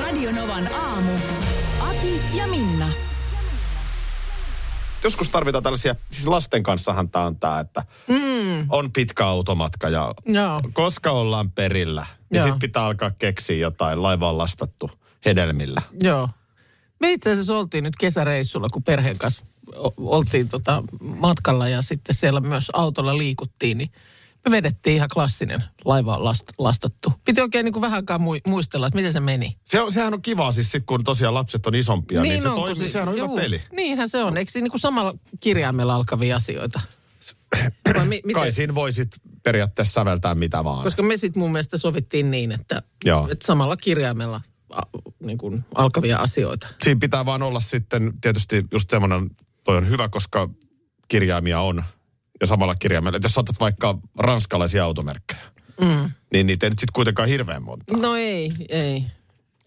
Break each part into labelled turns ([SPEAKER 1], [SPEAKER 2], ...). [SPEAKER 1] Radionovan aamu. Ati ja Minna.
[SPEAKER 2] Joskus tarvitaan tällaisia, siis lasten kanssahan tämä on tämä, että mm. on pitkä automatka ja
[SPEAKER 3] Joo.
[SPEAKER 2] koska ollaan perillä, niin
[SPEAKER 3] Joo.
[SPEAKER 2] sitten pitää alkaa keksiä jotain laivaan lastattu hedelmillä.
[SPEAKER 3] Joo. Me itse asiassa oltiin nyt kesäreissulla, kun perheen kanssa o- oltiin tota matkalla ja sitten siellä myös autolla liikuttiin, niin me vedettiin ihan klassinen laiva on last, lastattu. Piti oikein niin kuin vähän aikaa mui- muistella, että miten se meni.
[SPEAKER 2] Se on, sehän on kiva siis sit, kun tosiaan lapset on isompia, niin, niin se
[SPEAKER 3] on, kun
[SPEAKER 2] toimii, sehän on
[SPEAKER 3] juu,
[SPEAKER 2] hyvä peli.
[SPEAKER 3] Niinhän se on. Eikö siinä niin kuin samalla kirjaimella alkavia asioita? Vai mi- miten-
[SPEAKER 2] Kai siinä voi sit periaatteessa säveltää mitä vaan.
[SPEAKER 3] Koska me sitten mun mielestä sovittiin niin, että,
[SPEAKER 2] Joo.
[SPEAKER 3] että samalla kirjaimella a, niin kuin alkavia asioita.
[SPEAKER 2] Siinä pitää vaan olla sitten tietysti just semmoinen, toi on hyvä, koska kirjaimia on ja samalla kirjaimella. Et jos otat vaikka ranskalaisia automerkkejä, mm. niin niitä ei nyt sitten kuitenkaan hirveän monta.
[SPEAKER 3] No ei, ei.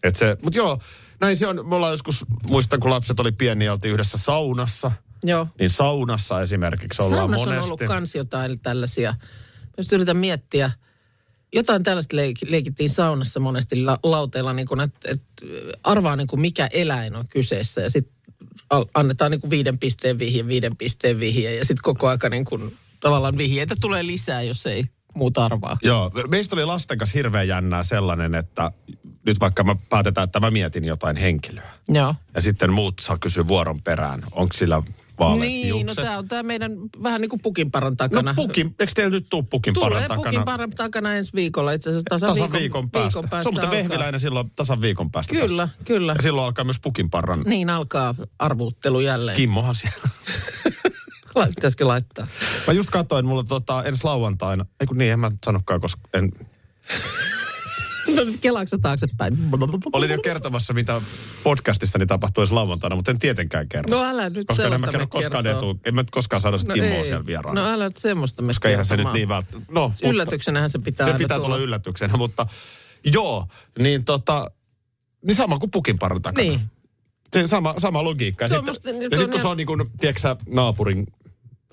[SPEAKER 2] Et se, mut joo, näin se on. Me ollaan joskus, muistan kun lapset oli pieniä, ja oltiin yhdessä saunassa.
[SPEAKER 3] Joo.
[SPEAKER 2] Niin saunassa esimerkiksi ollaan
[SPEAKER 3] Saunassa
[SPEAKER 2] monesti.
[SPEAKER 3] on ollut kans jotain tällaisia. Mä just yritän miettiä. Jotain tällaista leik- leikittiin saunassa monesti la- lauteilla, niin kun, et, et arvaa niin kun mikä eläin on kyseessä. Ja sitten annetaan niin kun viiden pisteen vihje, viiden pisteen vihje. Ja sitten koko aika niin kun, tavallaan vihjeitä tulee lisää, jos ei muuta arvaa.
[SPEAKER 2] Joo, meistä oli lasten kanssa hirveän jännää sellainen, että nyt vaikka mä päätetään, että mä mietin jotain henkilöä.
[SPEAKER 3] Joo.
[SPEAKER 2] Ja sitten muut saa kysyä vuoron perään, onko sillä vaaleat
[SPEAKER 3] niin,
[SPEAKER 2] hiukset.
[SPEAKER 3] no tämä on tämä meidän vähän niin kuin pukin paran takana.
[SPEAKER 2] no pukin, eikö teillä nyt tuu pukin
[SPEAKER 3] Tulee
[SPEAKER 2] paran
[SPEAKER 3] pukin
[SPEAKER 2] takana?
[SPEAKER 3] paran takana ensi viikolla itse asiassa tasan,
[SPEAKER 2] Tasan
[SPEAKER 3] viikon,
[SPEAKER 2] päästä.
[SPEAKER 3] Viikon päästä
[SPEAKER 2] Se on muuten
[SPEAKER 3] alkaa.
[SPEAKER 2] vehviläinen silloin tasan viikon päästä
[SPEAKER 3] Kyllä,
[SPEAKER 2] tässä.
[SPEAKER 3] kyllä.
[SPEAKER 2] Ja silloin alkaa myös pukin parran.
[SPEAKER 3] Niin alkaa arvuuttelu jälleen.
[SPEAKER 2] Kimmohan siellä.
[SPEAKER 3] Pitäisikö laittaa?
[SPEAKER 2] Mä just katsoin, mulla tota, ensi lauantaina, ei kun niin, en mä sanokaan, koska en...
[SPEAKER 3] No nyt kelaaksa taaksepäin.
[SPEAKER 2] Olin jo kertomassa, mitä podcastissani tapahtui ensi lauantaina, mutta en tietenkään kerro.
[SPEAKER 3] No älä nyt
[SPEAKER 2] koska en
[SPEAKER 3] sellaista
[SPEAKER 2] mä kerro
[SPEAKER 3] me
[SPEAKER 2] koskaan
[SPEAKER 3] kertoo.
[SPEAKER 2] etu, en mä nyt koskaan saada sitä
[SPEAKER 3] No
[SPEAKER 2] no Kimmoa
[SPEAKER 3] ei.
[SPEAKER 2] siellä vieraan.
[SPEAKER 3] No älä nyt semmoista me
[SPEAKER 2] koska eihän se nyt
[SPEAKER 3] kertomaan.
[SPEAKER 2] niin välttämättä. No, mutta-
[SPEAKER 3] Yllätyksenähän se pitää
[SPEAKER 2] se
[SPEAKER 3] aina
[SPEAKER 2] pitää tulla yllätyksenä, mutta joo, niin tota, niin sama kuin pukin parin takana.
[SPEAKER 3] Niin.
[SPEAKER 2] Se sama, sama logiikka. Ja
[SPEAKER 3] Se on
[SPEAKER 2] sitten
[SPEAKER 3] musta- niin, se
[SPEAKER 2] ja
[SPEAKER 3] on
[SPEAKER 2] sit, kun
[SPEAKER 3] ihan-
[SPEAKER 2] se on niin kuin, tiedätkö naapurin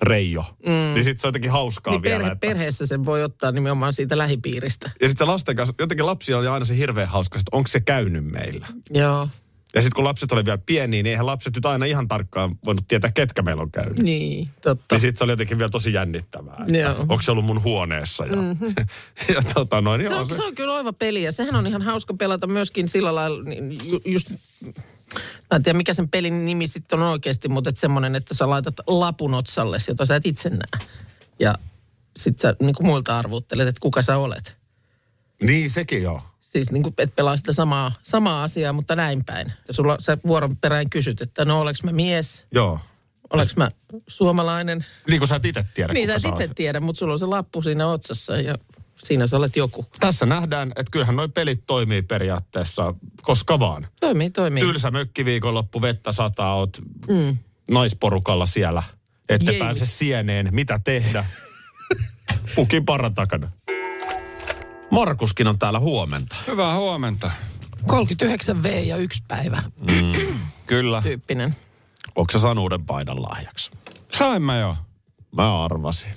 [SPEAKER 2] reijo, mm. niin sitten se on jotenkin hauskaa
[SPEAKER 3] Niin
[SPEAKER 2] vielä.
[SPEAKER 3] perhe,
[SPEAKER 2] että-
[SPEAKER 3] perheessä sen voi ottaa nimenomaan siitä lähipiiristä.
[SPEAKER 2] Ja sitten lasten kanssa, jotenkin lapsilla oli aina se hirveän hauska, että onko se käynyt meillä.
[SPEAKER 3] Joo.
[SPEAKER 2] Ja sitten kun lapset oli vielä pieniä, niin eihän lapset nyt aina ihan tarkkaan voinut tietää, ketkä meillä on käynyt. Niin,
[SPEAKER 3] Niin, totta.
[SPEAKER 2] niin sitten se oli jotenkin vielä tosi jännittävää. Että
[SPEAKER 3] Joo. Mhm.
[SPEAKER 2] onko se ollut mun huoneessa? Ja, mm-hmm. ja tota noin,
[SPEAKER 3] se,
[SPEAKER 2] joo,
[SPEAKER 3] on, se on kyllä oiva peli ja sehän on ihan hauska pelata myöskin sillä lailla, niin ju, just, mä en tiedä mikä sen pelin nimi sitten on oikeasti, mutta et semmoinen, että sä laitat lapun otsalle, jota sä et itse näe. Ja sit sä niin muilta arvuttelet, että kuka sä olet.
[SPEAKER 2] Niin, sekin joo.
[SPEAKER 3] Siis niin kuin, et pelaa sitä samaa, samaa asiaa, mutta näin päin. Ja sulla, sä vuoron perään kysyt, että no oleks mä mies,
[SPEAKER 2] Joo.
[SPEAKER 3] oleks mä suomalainen.
[SPEAKER 2] Niin kuin sä et itse tiedä.
[SPEAKER 3] Niin sä
[SPEAKER 2] kuka
[SPEAKER 3] et itse
[SPEAKER 2] oot.
[SPEAKER 3] tiedä, mutta sulla on se lappu siinä otsassa ja siinä sä olet joku.
[SPEAKER 2] Tässä nähdään, että kyllähän noi pelit toimii periaatteessa koska vaan.
[SPEAKER 3] Toimii, toimii.
[SPEAKER 2] Tylsä mökkiviikonloppu, vettä sataa, oot mm. naisporukalla siellä. Ette
[SPEAKER 3] Jei.
[SPEAKER 2] pääse sieneen, mitä tehdä? Pukin parran takana. Markuskin on täällä huomenta.
[SPEAKER 4] Hyvää huomenta.
[SPEAKER 3] 39 V ja yksi päivä
[SPEAKER 4] Kyllä.
[SPEAKER 3] tyyppinen.
[SPEAKER 2] Onko sä saanut uuden paidan lahjaksi?
[SPEAKER 4] Sain mä jo.
[SPEAKER 2] Mä arvasin.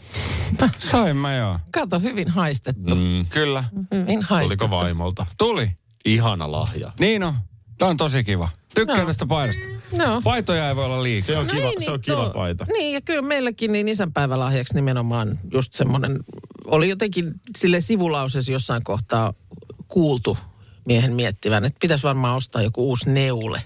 [SPEAKER 4] Sain mä jo.
[SPEAKER 3] Kato, hyvin haistettu. Mm.
[SPEAKER 4] Kyllä.
[SPEAKER 3] Hyvin haistettu.
[SPEAKER 2] Tuliko vaimolta?
[SPEAKER 4] Tuli.
[SPEAKER 2] Ihana lahja.
[SPEAKER 4] Niin on. Tää on tosi kiva. Tykkään
[SPEAKER 3] No.
[SPEAKER 4] no. tästä paidasta.
[SPEAKER 3] No.
[SPEAKER 4] Paitoja ei voi olla liikaa.
[SPEAKER 2] Se on,
[SPEAKER 3] No
[SPEAKER 2] kiva,
[SPEAKER 3] ei
[SPEAKER 2] se on
[SPEAKER 3] niitä
[SPEAKER 2] kiva
[SPEAKER 3] oo.
[SPEAKER 2] paita.
[SPEAKER 3] Niin, ja kyllä meilläkin niin isänpäivälahjaksi nimenomaan just semmoinen, oli jotenkin sille sivulausessa jossain kohtaa kuultu miehen miettivän, että pitäisi varmaan ostaa joku uusi neule.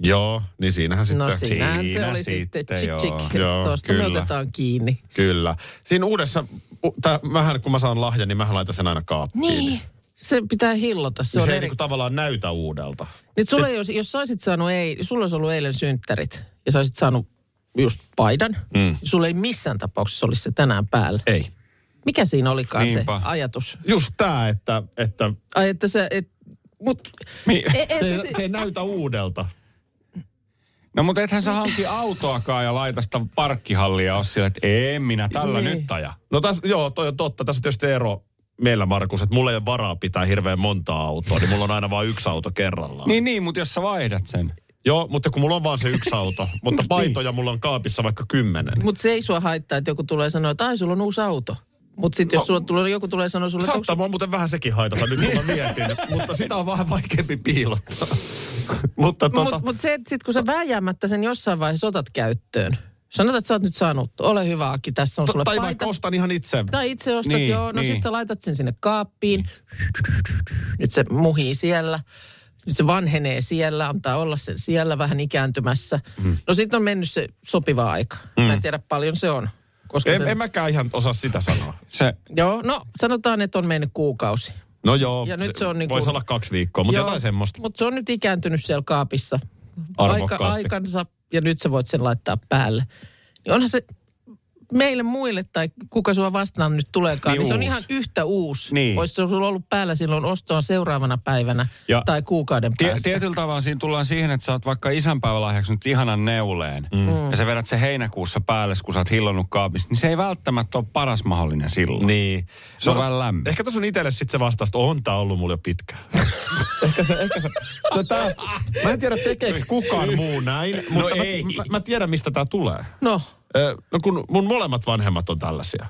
[SPEAKER 2] Joo, niin siinähän sitten.
[SPEAKER 3] no siinähän se
[SPEAKER 4] siinä
[SPEAKER 3] oli sitten,
[SPEAKER 4] sitten,
[SPEAKER 3] tsik,
[SPEAKER 4] joo.
[SPEAKER 3] tsik,
[SPEAKER 2] Joo,
[SPEAKER 3] tuosta me
[SPEAKER 2] kyllä.
[SPEAKER 3] otetaan kiinni.
[SPEAKER 2] Kyllä. Siinä uudessa, u- tää, mähän, kun mä saan lahjan, niin mähän laitan sen aina kaappiin.
[SPEAKER 3] Niin, se pitää hillota, se
[SPEAKER 2] Se,
[SPEAKER 3] on
[SPEAKER 2] se ei
[SPEAKER 3] eri
[SPEAKER 2] niinku tavallaan näytä uudelta.
[SPEAKER 3] Nyt sulla, jos, jos sä olisit saanut, ei, sulla olisi ollut eilen synttärit ja sä olisit saanut just paidan, mm. sulla ei missään tapauksessa olisi se tänään päällä.
[SPEAKER 2] Ei.
[SPEAKER 3] Mikä siinä olikaan
[SPEAKER 4] Niinpä.
[SPEAKER 3] se ajatus?
[SPEAKER 2] Just tämä, että, että
[SPEAKER 3] Ai että se, et, Mut,
[SPEAKER 4] Mi-
[SPEAKER 3] e,
[SPEAKER 2] Se,
[SPEAKER 3] e, se,
[SPEAKER 2] ei- se ei näytä uudelta.
[SPEAKER 4] No mutta ethän sä hanki autoakaan ja laita sitä parkkihallia ole sillä, että en minä tällä
[SPEAKER 3] Niin.
[SPEAKER 4] nyt aja.
[SPEAKER 2] No tässä, joo, toi on totta. Tässä on tietysti ero meillä, Markus, että mulla ei ole varaa pitää hirveän montaa autoa, niin mulla on aina vain yksi auto kerrallaan.
[SPEAKER 4] Niin, niin, mutta jos sä vaihdat sen.
[SPEAKER 2] Joo, mutta kun mulla on vaan se yksi auto, mutta
[SPEAKER 3] Niin.
[SPEAKER 2] paitoja mulla on kaapissa vaikka kymmenen.
[SPEAKER 3] mut se ei sua haittaa, että joku tulee sanoa, että ai sulla on uusi auto. Mutta sitten jos sulla tulee, joku tulee sanoa sulle, että onko
[SPEAKER 2] Saattaa mua muuten vähän sekin haitata nyt, kun mä mietin, mutta sitä on vähän vaikeampi piilottaa. mutta
[SPEAKER 3] Mutta
[SPEAKER 2] tota,
[SPEAKER 3] mut, mut se, että sit kun sä vääjäämättä sen jossain vaiheessa otat käyttöön. Sanotaan, että sä oot nyt saanut, ole hyvä Aki, tässä on sulle
[SPEAKER 2] tai
[SPEAKER 3] paita.
[SPEAKER 2] vaikka ostan ihan itse.
[SPEAKER 3] Tai itse ostat,
[SPEAKER 4] Niin,
[SPEAKER 3] niin, joo, no
[SPEAKER 4] niin.
[SPEAKER 3] sit sä laitat sen sinne kaappiin. Nyt se muhii siellä. Nyt se vanhenee siellä, antaa olla se siellä vähän ikääntymässä. Mm. No sit on mennyt se sopiva aika. Mm. Mä en tiedä paljon se on. Koska
[SPEAKER 2] En,
[SPEAKER 3] se,
[SPEAKER 2] en mäkään ihan osaa sitä sanoa.
[SPEAKER 4] Se,
[SPEAKER 3] Joo, no sanotaan, että on mennyt kuukausi.
[SPEAKER 2] No joo,
[SPEAKER 3] Ja nyt se on niinku-
[SPEAKER 2] voisi olla kaksi viikkoa, mutta jotain semmoista.
[SPEAKER 3] Mutta se on nyt ikääntynyt siellä kaapissa.
[SPEAKER 2] Arvokkaasti.
[SPEAKER 3] aikansa, ja nyt sä voit sen laittaa päälle. Niin onhan se meille muille, tai kuka sua vastaan nyt tuleekaan,
[SPEAKER 4] Niin
[SPEAKER 3] niin, niin se on
[SPEAKER 4] uusi.
[SPEAKER 3] ihan yhtä uusi.
[SPEAKER 4] Niin.
[SPEAKER 3] Olisi se sulla ollut päällä silloin ostoa seuraavana päivänä
[SPEAKER 4] Ja-
[SPEAKER 3] ja tai kuukauden
[SPEAKER 4] tie,
[SPEAKER 3] päästä.
[SPEAKER 4] tietyllä tavalla siinä tullaan siihen, että sä oot vaikka isänpäivälahjaksi nyt ihanan neuleen. Mm. Ja sä vedät se heinäkuussa päälle, kun sä oot hillonnut kaapissa. Niin se ei välttämättä ole paras mahdollinen silloin.
[SPEAKER 2] Niin.
[SPEAKER 4] Se on vähän lämmin.
[SPEAKER 2] Ehkä tuossa on itselle sitten se vastaus, että on tää ollut mulla jo pitkään. ehkä se, ehkä se. Tätä, mä en tiedä tekeekö kukaan muu näin, mutta mä,
[SPEAKER 4] ei.
[SPEAKER 2] mä, mä tiedän mistä tää tulee.
[SPEAKER 3] No,
[SPEAKER 2] Ö, No kun mun molemmat vanhemmat on tällaisia.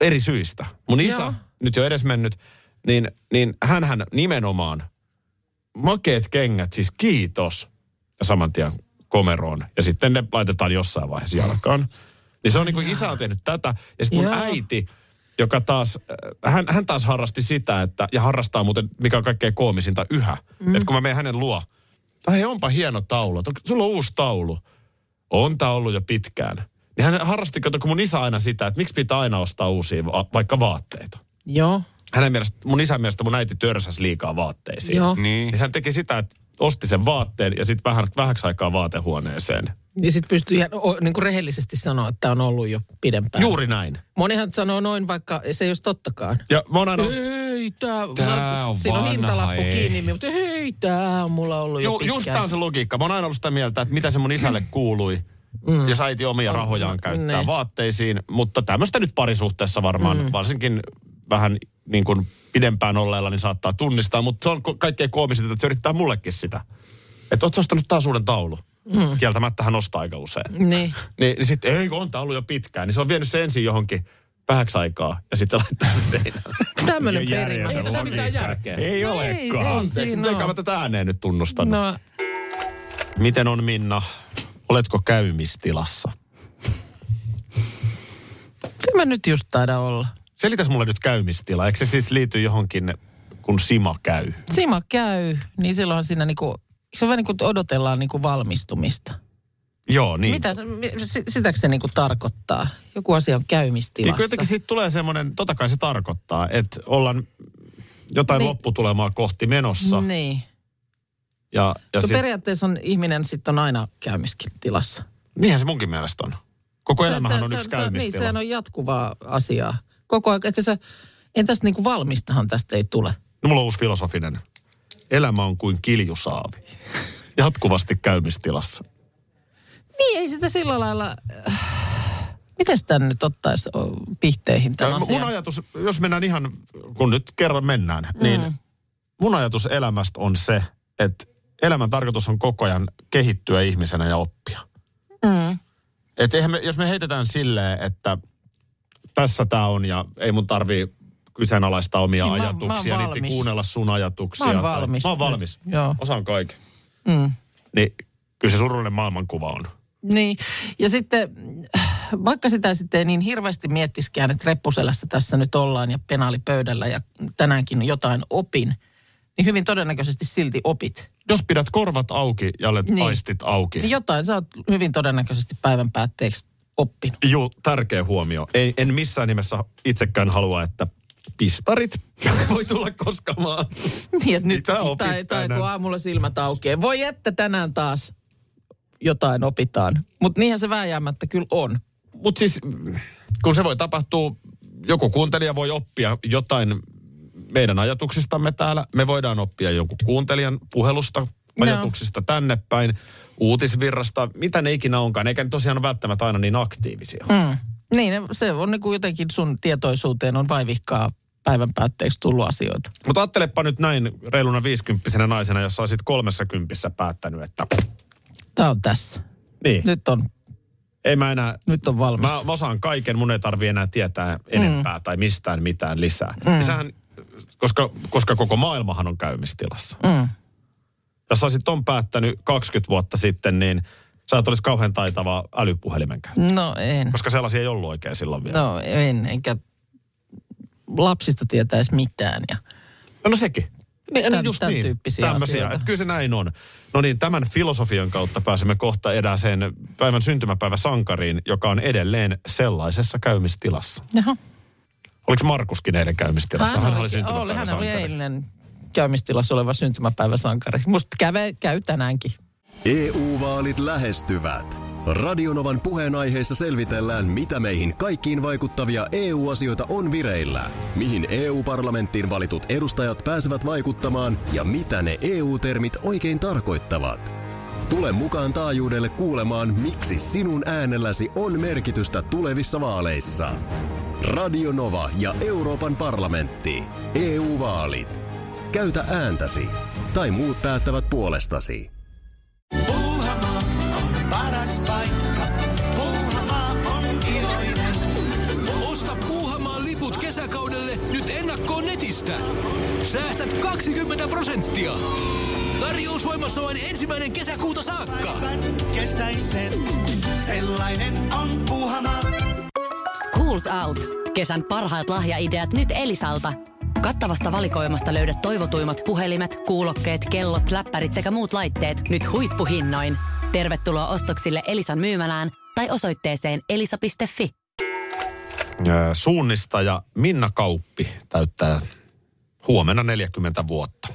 [SPEAKER 2] Eri syistä. Mun isä,
[SPEAKER 3] Joo.
[SPEAKER 2] nyt jo edes mennyt, niin, niin hänhän nimenomaan makeet kengät, siis kiitos. Ja saman tien komeroon. Ja sitten ne laitetaan jossain vaiheessa jalkaan. Niin se on niin kuin isä on tehnyt tätä. Ja sitten mun
[SPEAKER 3] Joo.
[SPEAKER 2] äiti, joka taas, äh, hän, hän taas harrasti sitä, että, ja harrastaa muuten, mikä on kaikkein koomisinta yhä. Mm. Että kun mä menen hänen luo, tai onpa hieno taulu, että onko- sulla on uusi taulu on tää ollut jo pitkään. Niin hän harrasti, kato, kun mun isä aina sitä, että miksi pitää aina ostaa uusia va- vaikka vaatteita.
[SPEAKER 3] joo,
[SPEAKER 2] Hänen mielestä, mun isän mielestä mun äiti törsäsi liikaa vaatteisiin.
[SPEAKER 3] joo.
[SPEAKER 4] Niin.
[SPEAKER 2] Niin hän teki sitä, että osti sen vaatteen ja sitten vähän, vähäksi aikaa vaatehuoneeseen.
[SPEAKER 3] Ja sitten pystyy ihan o, niin kuin rehellisesti sanoa, että on ollut jo pidempään.
[SPEAKER 2] Juuri näin.
[SPEAKER 3] Monihan sanoo noin, vaikka se ei olisi tottakaan.
[SPEAKER 2] Ja mä oon aina...
[SPEAKER 3] Ei, tää,
[SPEAKER 4] Tää on
[SPEAKER 3] Siinä on
[SPEAKER 4] vanha,
[SPEAKER 3] hintalappu
[SPEAKER 4] ei.
[SPEAKER 3] kiinni, mutta hei, tää on mulla ollut jo
[SPEAKER 2] Ju,
[SPEAKER 3] pitkään.
[SPEAKER 2] just tää on se logiikka. Mä oon aina ollut sitä mieltä, että mitä se mun isälle kuului. Mm. Jos äiti omia rahojaan käyttää
[SPEAKER 3] niin.
[SPEAKER 2] vaatteisiin. Mutta tämmöistä nyt parisuhteessa varmaan, mm. varsinkin vähän niin kuin pidempään olleella, niin saattaa tunnistaa. Mutta se on ko- kaikkein koomisinta, että se yrittää mullekin sitä. Että oot sä ostanut taas uuden taulu? Mm. Kieltämättä hän ostaa aika usein.
[SPEAKER 3] Niin.
[SPEAKER 2] Niin, niin sitten, ei kun on taulu jo pitkään. Niin se on vienyt se ensin johonkin vähäksi aikaa ja sitten se laittaa sen seinälle.
[SPEAKER 3] Tämmöinen perimä.
[SPEAKER 2] niin. Ei tässä mitään järkeä.
[SPEAKER 4] Ei
[SPEAKER 3] No ei,
[SPEAKER 4] olekaan.
[SPEAKER 3] ei
[SPEAKER 2] Anteeksi,
[SPEAKER 3] siinä
[SPEAKER 2] no. eikä
[SPEAKER 3] oo.
[SPEAKER 2] mä tätä ääneen nyt tunnustanut.
[SPEAKER 3] No,
[SPEAKER 2] Miten on Minna? Oletko käymistilassa?
[SPEAKER 3] tämä nyt just taida olla.
[SPEAKER 2] Selitäs mulle nyt käymistila. Eikö se siis liity johonkin, kun Sima käy?
[SPEAKER 3] Sima käy, niin silloin siinä niinku, se on vähän niin kuin odotellaan niinku valmistumista.
[SPEAKER 2] Joo, niin.
[SPEAKER 3] Mitä, se- mi- si- sitäkö se niinku tarkoittaa? Joku asia on
[SPEAKER 2] Niin
[SPEAKER 3] käymistilassa.
[SPEAKER 2] kun jotenkin siitä tulee semmoinen, tota kai se tarkoittaa, että ollaan jotain niin.
[SPEAKER 3] Niin.
[SPEAKER 2] lopputulemaa kohti menossa. Niin.
[SPEAKER 3] Niin.
[SPEAKER 2] Ja, ja
[SPEAKER 3] No
[SPEAKER 2] sit,
[SPEAKER 3] periaatteessa on, ihminen sitten on aina käymistilassa.
[SPEAKER 2] niinhän se munkin mielestä on. Koko se, elämähän se, on se, yksi se,
[SPEAKER 3] Niin,
[SPEAKER 2] käymistila.
[SPEAKER 3] sehän on jatkuvaa asiaa. Koko ajan, että sä, en tästä niinku valmistahan tästä ei tule.
[SPEAKER 2] No mulla on uusi filosofinen. Elämä on kuin kiljusaavi. Jatkuvasti käymistilassa.
[SPEAKER 3] Niin, ei sitä sillä lailla... Miten tämän nyt ottaisi o, pihteihin tämän
[SPEAKER 2] Ja mun
[SPEAKER 3] asian?
[SPEAKER 2] ajatus, jos mennään ihan, kun nyt kerran mennään,
[SPEAKER 3] Mm.
[SPEAKER 2] niin mun ajatus elämästä on se, että elämän tarkoitus on koko ajan kehittyä ihmisenä ja oppia.
[SPEAKER 3] Mm.
[SPEAKER 2] Et eihän me, jos me heitetään silleen, että tässä tämä on ja ei mun tarvii kyseenalaistaa omia
[SPEAKER 3] Niin, mä- mä oon
[SPEAKER 2] ajatuksia, niitä
[SPEAKER 3] valmis.
[SPEAKER 2] kuunnella sun ajatuksia.
[SPEAKER 3] Mä oon valmis.
[SPEAKER 2] Tai, mä oon valmis.
[SPEAKER 3] Joo.
[SPEAKER 2] Osaan kaiken.
[SPEAKER 3] Mm.
[SPEAKER 2] Niin kyllä se surullinen maailmankuva on.
[SPEAKER 3] Niin, ja sitten äh, vaikka sitä sitten ei niin hirveästi miettiskään, että reppuselässä tässä nyt ollaan ja penaali pöydällä ja tänäänkin jotain opin, niin hyvin todennäköisesti silti opit.
[SPEAKER 2] Jos pidät korvat auki ja olet niin.
[SPEAKER 3] Niin.
[SPEAKER 2] aistit auki.
[SPEAKER 3] Niin jotain sä oot hyvin todennäköisesti päivän päätteeksi oppinut.
[SPEAKER 2] Joo, tärkeä huomio. En, en missään nimessä itsekään halua, että pistarit voi tulla koskaan
[SPEAKER 3] Niin, että nyt,
[SPEAKER 2] Mitä opit
[SPEAKER 3] tai, tai
[SPEAKER 2] tänään?
[SPEAKER 3] kun aamulla silmät aukeaa. Voi että tänään taas jotain opitaan. Mutta niinhän se vääjäämättä kyllä on.
[SPEAKER 2] Mutta siis, kun se voi tapahtua, joku kuuntelija voi oppia jotain, meidän ajatuksistamme täällä. Me voidaan oppia jonkun kuuntelijan puhelusta, ajatuksista tänne päin, uutisvirrasta, mitä ne ikinä onkaan. Eikä ne tosiaan ole välttämättä aina niin aktiivisia.
[SPEAKER 3] Mm. Niin, se on niin kuin jotenkin sun tietoisuuteen on vaivihkaa päivän päätteeksi tullut asioita.
[SPEAKER 2] Mutta ajattelepa nyt näin reiluna viisikymppisenä naisena, jossa olisit kolmessa kympissä päättänyt, että
[SPEAKER 3] Tämä on tässä.
[SPEAKER 2] niin, nyt.
[SPEAKER 3] Nyt on,
[SPEAKER 2] ei mä enää,
[SPEAKER 3] nyt on valmis.
[SPEAKER 2] mä, mä osaan kaiken, mun ei tarvi enää tietää
[SPEAKER 3] Mm.
[SPEAKER 2] enempää tai mistään mitään lisää. Mm. Sehän, koska, koska koko maailmahan on käymistilassa.
[SPEAKER 3] Mm.
[SPEAKER 2] Jos sä olisit on päättänyt 20 vuotta sitten, niin sä et olisi kauhean taitava älypuhelimen käyttäjä.
[SPEAKER 3] No en.
[SPEAKER 2] Koska sellaisia ei ollut oikein silloin vielä.
[SPEAKER 3] No en, enkä lapsista tietäisi mitään. Ja,
[SPEAKER 2] No, no sekin. Niin,
[SPEAKER 3] Tän-
[SPEAKER 2] no just
[SPEAKER 3] tän
[SPEAKER 2] niin.
[SPEAKER 3] tyyppisiä asioita.
[SPEAKER 2] Että kyllä se näin on. No niin, tämän filosofian kautta pääsemme kohta edäseen päivän syntymäpäivä sankariin, joka on edelleen sellaisessa käymistilassa.
[SPEAKER 3] Jaha.
[SPEAKER 2] Oliko Markuskin eilen käymistilassa?
[SPEAKER 3] oli, hän oli
[SPEAKER 2] syntymäpäiväsankari.
[SPEAKER 3] eilinen käymistilassa oleva syntymäpäiväsankari. Musta käve, käy tänäänkin.
[SPEAKER 5] EU-vaalit E lähestyvät. Radionovan puheenaiheessa selvitellään, mitä meihin kaikkiin vaikuttavia EU-asioita on vireillä, mihin EU-parlamenttiin valitut edustajat pääsevät vaikuttamaan ja mitä ne EU-termit oikein tarkoittavat. Tule mukaan taajuudelle kuulemaan, miksi sinun äänelläsi on merkitystä tulevissa vaaleissa. Radio Nova ja Euroopan parlamentti. EU-vaalit. Käytä ääntäsi. Tai muut päättävät puolestasi.
[SPEAKER 6] Puuhamaa on paras paikka. Puuhamaa on iloinen.
[SPEAKER 7] Osta Puuhamaan liput kesäkaudelle nyt ennakkoon netistä. Säästät 20 prosenttia. Tarjous voimassa vain ensimmäinen kesäkuuta saakka.
[SPEAKER 6] Päivän kesäisen. Sellainen on Puuhamaa.
[SPEAKER 8] Schools Out. Kesän parhaat lahjaideat nyt Elisalta. Kattavasta valikoimasta löydät toivotuimmat puhelimet, kuulokkeet, kellot, läppärit sekä muut laitteet nyt huippuhinnoin. Tervetuloa ostoksille Elisan myymälään tai osoitteeseen elisa.fi.
[SPEAKER 2] Ö, Suunnistaja Minna Kauppi täyttää huomenna 40 vuotta.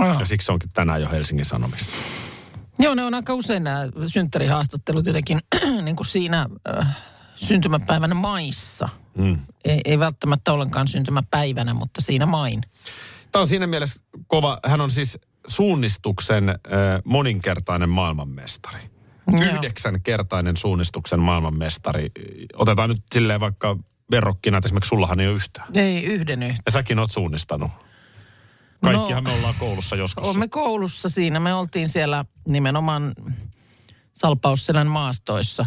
[SPEAKER 3] Ah.
[SPEAKER 2] Ja siksi onkin tänään jo Helsingin Sanomissa.
[SPEAKER 3] Joo, ne on aika usein nämä synttärihaastattelut jotenkin niin kuin siinä äh, syntymäpäivänä maissa. Mm. Ei, ei välttämättä ollenkaan syntymäpäivänä, mutta siinä main.
[SPEAKER 2] Tämä on siinä mielessä kova. Hän on siis suunnistuksen ö, moninkertainen maailmanmestari. Yhdeksänkertainen suunnistuksen maailmanmestari. Otetaan nyt silleen vaikka verrokkina, että esimerkiksi sullahan ei ole yhtään.
[SPEAKER 3] Ei yhden yhtä.
[SPEAKER 2] Ja säkin oot suunnistanut. Kaikkihan no, me ollaan koulussa joskus.
[SPEAKER 3] Olemme koulussa siinä. Me oltiin siellä nimenomaan Salpausselän maastoissa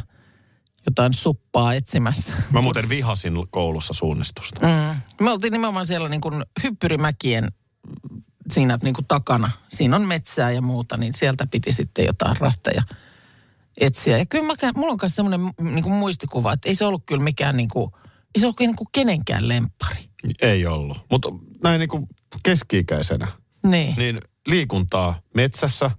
[SPEAKER 3] jotain suppaa etsimässä.
[SPEAKER 2] Mä muuten vihasin koulussa suunnistusta.
[SPEAKER 3] Mm. Me oltiin nimenomaan siellä niin kuin hyppyrimäkien mm, siinä niin kuin takana. Siinä on metsää ja muuta, niin sieltä piti sitten jotain rasteja etsiä. Ja kyllä mä, kä- mulla on myös semmoinen niin kuin muistikuva, että ei se ollut kyllä mikään niin kuin, ei se ollut niin kuin kenenkään lemppari.
[SPEAKER 2] Ei ollut. Mutta näin niin kuin keski-ikäisenä,
[SPEAKER 3] Niin. niin.
[SPEAKER 2] niin liikuntaa metsässä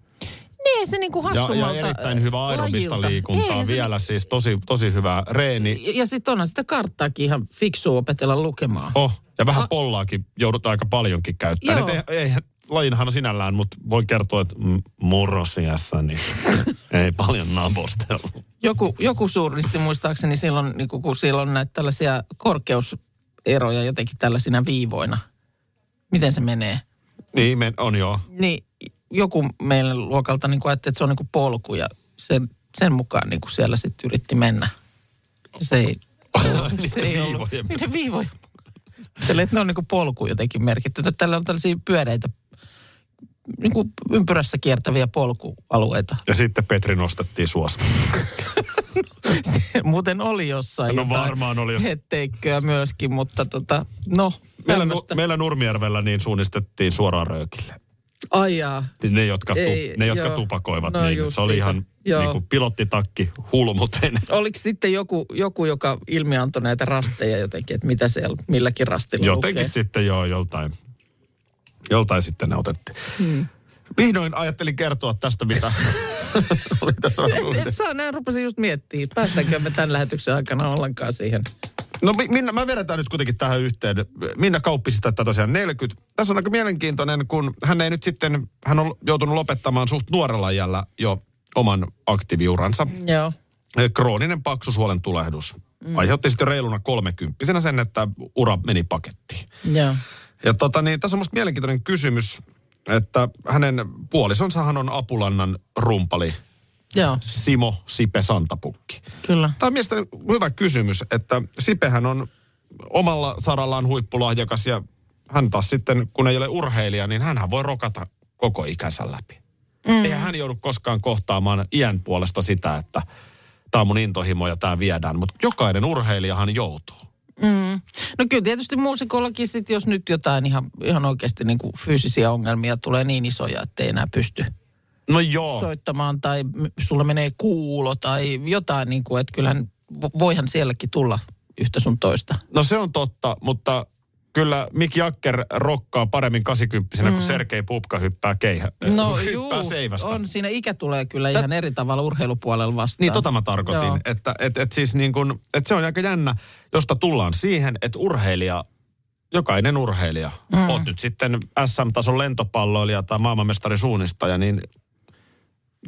[SPEAKER 3] Niin, ei se niin kuin
[SPEAKER 2] ja, ja
[SPEAKER 3] hassummalta
[SPEAKER 2] erittäin hyvä
[SPEAKER 3] äh,
[SPEAKER 2] aerobista
[SPEAKER 3] lajilta.
[SPEAKER 2] liikuntaa.
[SPEAKER 3] Ei, se niin-
[SPEAKER 2] Vielä siis tosi, tosi hyvä reeni.
[SPEAKER 3] Ja, ja sitten onhan sitä karttaakin ihan fiksua opetella lukemaan.
[SPEAKER 2] Oh, ja vähän pollaakin joudutaan aika paljonkin käyttämään.
[SPEAKER 3] Ah. Joo.
[SPEAKER 2] Et Ei, ei, lajinhan on sinällään, mutta voin kertoa, että mm, murrosiässä niin ei paljon napostellut.
[SPEAKER 3] Joku, joku suurnisti muistaakseni silloin, niin kun silloin näitä tällaisia korkeuseroja jotenkin tällaisina viivoina. Miten se menee?
[SPEAKER 2] Niin, men, on joo.
[SPEAKER 3] Niin joku meille luokalta niin ajatteli, että se on niin kuin polku ja sen, sen mukaan niin kuin siellä sitten yritti mennä. Se ei, se ei ollut.
[SPEAKER 2] viivojen-
[SPEAKER 3] Niiden viivojen mukaan. Ajattelin, että ne on niin kuin polku jotenkin merkitty. Että Tällä on tällaisia pyöreitä, niin kuin ympyrässä kiertäviä polkualueita.
[SPEAKER 2] Ja sitten Petri nostettiin suosta.
[SPEAKER 3] Se muuten oli jossain
[SPEAKER 2] No
[SPEAKER 3] jotain
[SPEAKER 2] varmaan oli jossain.
[SPEAKER 3] hetteikköä myöskin, mutta tota, no,
[SPEAKER 2] Meillä, nu,
[SPEAKER 3] tämmöstä.
[SPEAKER 2] meillä Nurmijärvellä niin suunnistettiin suoraan röökille.
[SPEAKER 3] Ai jaa.
[SPEAKER 2] Siis Ne, jotka, tu,
[SPEAKER 3] Ei,
[SPEAKER 2] ne, jotka
[SPEAKER 3] joo.
[SPEAKER 2] tupakoivat,
[SPEAKER 3] No
[SPEAKER 2] niin se oli
[SPEAKER 3] justiinsa,
[SPEAKER 2] ihan
[SPEAKER 3] joo.
[SPEAKER 2] niin kuin pilottitakki hulmuten.
[SPEAKER 3] Oliko sitten joku, joku, joka ilmiantoi näitä rasteja jotenkin, että mitä siellä milläkin rastilla
[SPEAKER 2] Jotenkin
[SPEAKER 3] lukee?
[SPEAKER 2] sitten joo, joltain, joltain sitten ne otettiin. Hmm. Vihdoin ajattelin kertoa tästä, mitä oli tässä vähän
[SPEAKER 3] Et, et saa, näin rupesin just miettimään, päästäänkö me tämän lähetyksen aikana ollenkaan siihen.
[SPEAKER 2] No Mi- Minna, mä vedetään nyt kuitenkin tähän yhteen. Minna Kauppi sitä tätä tosiaan 40. Tässä on aika mielenkiintoinen, kun hän ei nyt sitten, hän on joutunut lopettamaan suht nuorella iällä jo oman aktiiviuransa.
[SPEAKER 3] Joo.
[SPEAKER 2] Krooninen paksusuolen tulehdus. Mm. Aiheutti sitten reiluna kolmekymppisenä sen, että ura meni pakettiin.
[SPEAKER 3] Joo.
[SPEAKER 2] Ja tota, niin, tässä on musta mielenkiintoinen kysymys, että hänen puolisonsahan on Apulannan rumpali
[SPEAKER 3] Joo,
[SPEAKER 2] Simo Sipe Santapukki.
[SPEAKER 3] kyllä.
[SPEAKER 2] Tämä on mielestäni hyvä kysymys, että Sipehän on omalla sarallaan huippulahjakas ja hän taas sitten, kun ei ole urheilija, niin hän voi rokata koko ikänsä läpi. Mm. Eihän hän joudu koskaan kohtaamaan iän puolesta sitä, että tämä on mun intohimo ja tämä viedään, mutta jokainen urheilijahan joutuu.
[SPEAKER 3] No kyllä tietysti muusikollakin sit, jos nyt jotain ihan, ihan oikeasti niin kuin fyysisiä ongelmia tulee niin isoja, että ei enää pysty
[SPEAKER 2] No joo.
[SPEAKER 3] soittamaan tai m- sulla menee kuulo tai jotain, niin kuin, että kyllähän vo- voihan sielläkin tulla yhtä sun toista.
[SPEAKER 2] No se on totta, mutta kyllä Mik Jakker rokkaa paremmin 80 mm. kun Sergei Pupka hyppää keihä.
[SPEAKER 3] No
[SPEAKER 2] hyppää
[SPEAKER 3] juu,
[SPEAKER 2] seivästä.
[SPEAKER 3] on siinä ikä tulee kyllä ihan eri tavalla urheilupuolella vastaan.
[SPEAKER 2] Niin tota mä tarkoitin,
[SPEAKER 3] Joo.
[SPEAKER 2] että et, et siis niin kun, et se on aika jännä, josta tullaan siihen, että urheilija, jokainen urheilija, mm. oot nyt sitten SM-tason lentopalloilija tai maailmanmestari suunnistaja, niin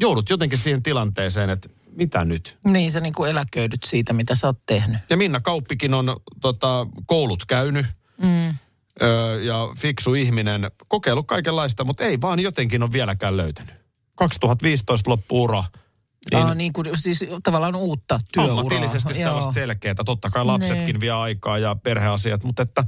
[SPEAKER 2] joudut jotenkin siihen tilanteeseen, että mitä nyt?
[SPEAKER 3] Niin sä niin kuin eläköidyt siitä, mitä sä oot tehnyt.
[SPEAKER 2] Ja Minna Kauppikin on tota, koulut käynyt
[SPEAKER 3] Mm.
[SPEAKER 2] öö, ja fiksu ihminen, kokeillut kaikenlaista, mutta ei vaan jotenkin ole vieläkään löytänyt. 2015 loppuura.
[SPEAKER 3] Niin. Aa, niin kuin, siis tavallaan uutta työuraa.
[SPEAKER 2] ammatillisesti
[SPEAKER 3] Joo.
[SPEAKER 2] sellaista selkeää. Totta kai lapsetkin
[SPEAKER 3] Niin.
[SPEAKER 2] vie aikaa ja perheasiat, mutta että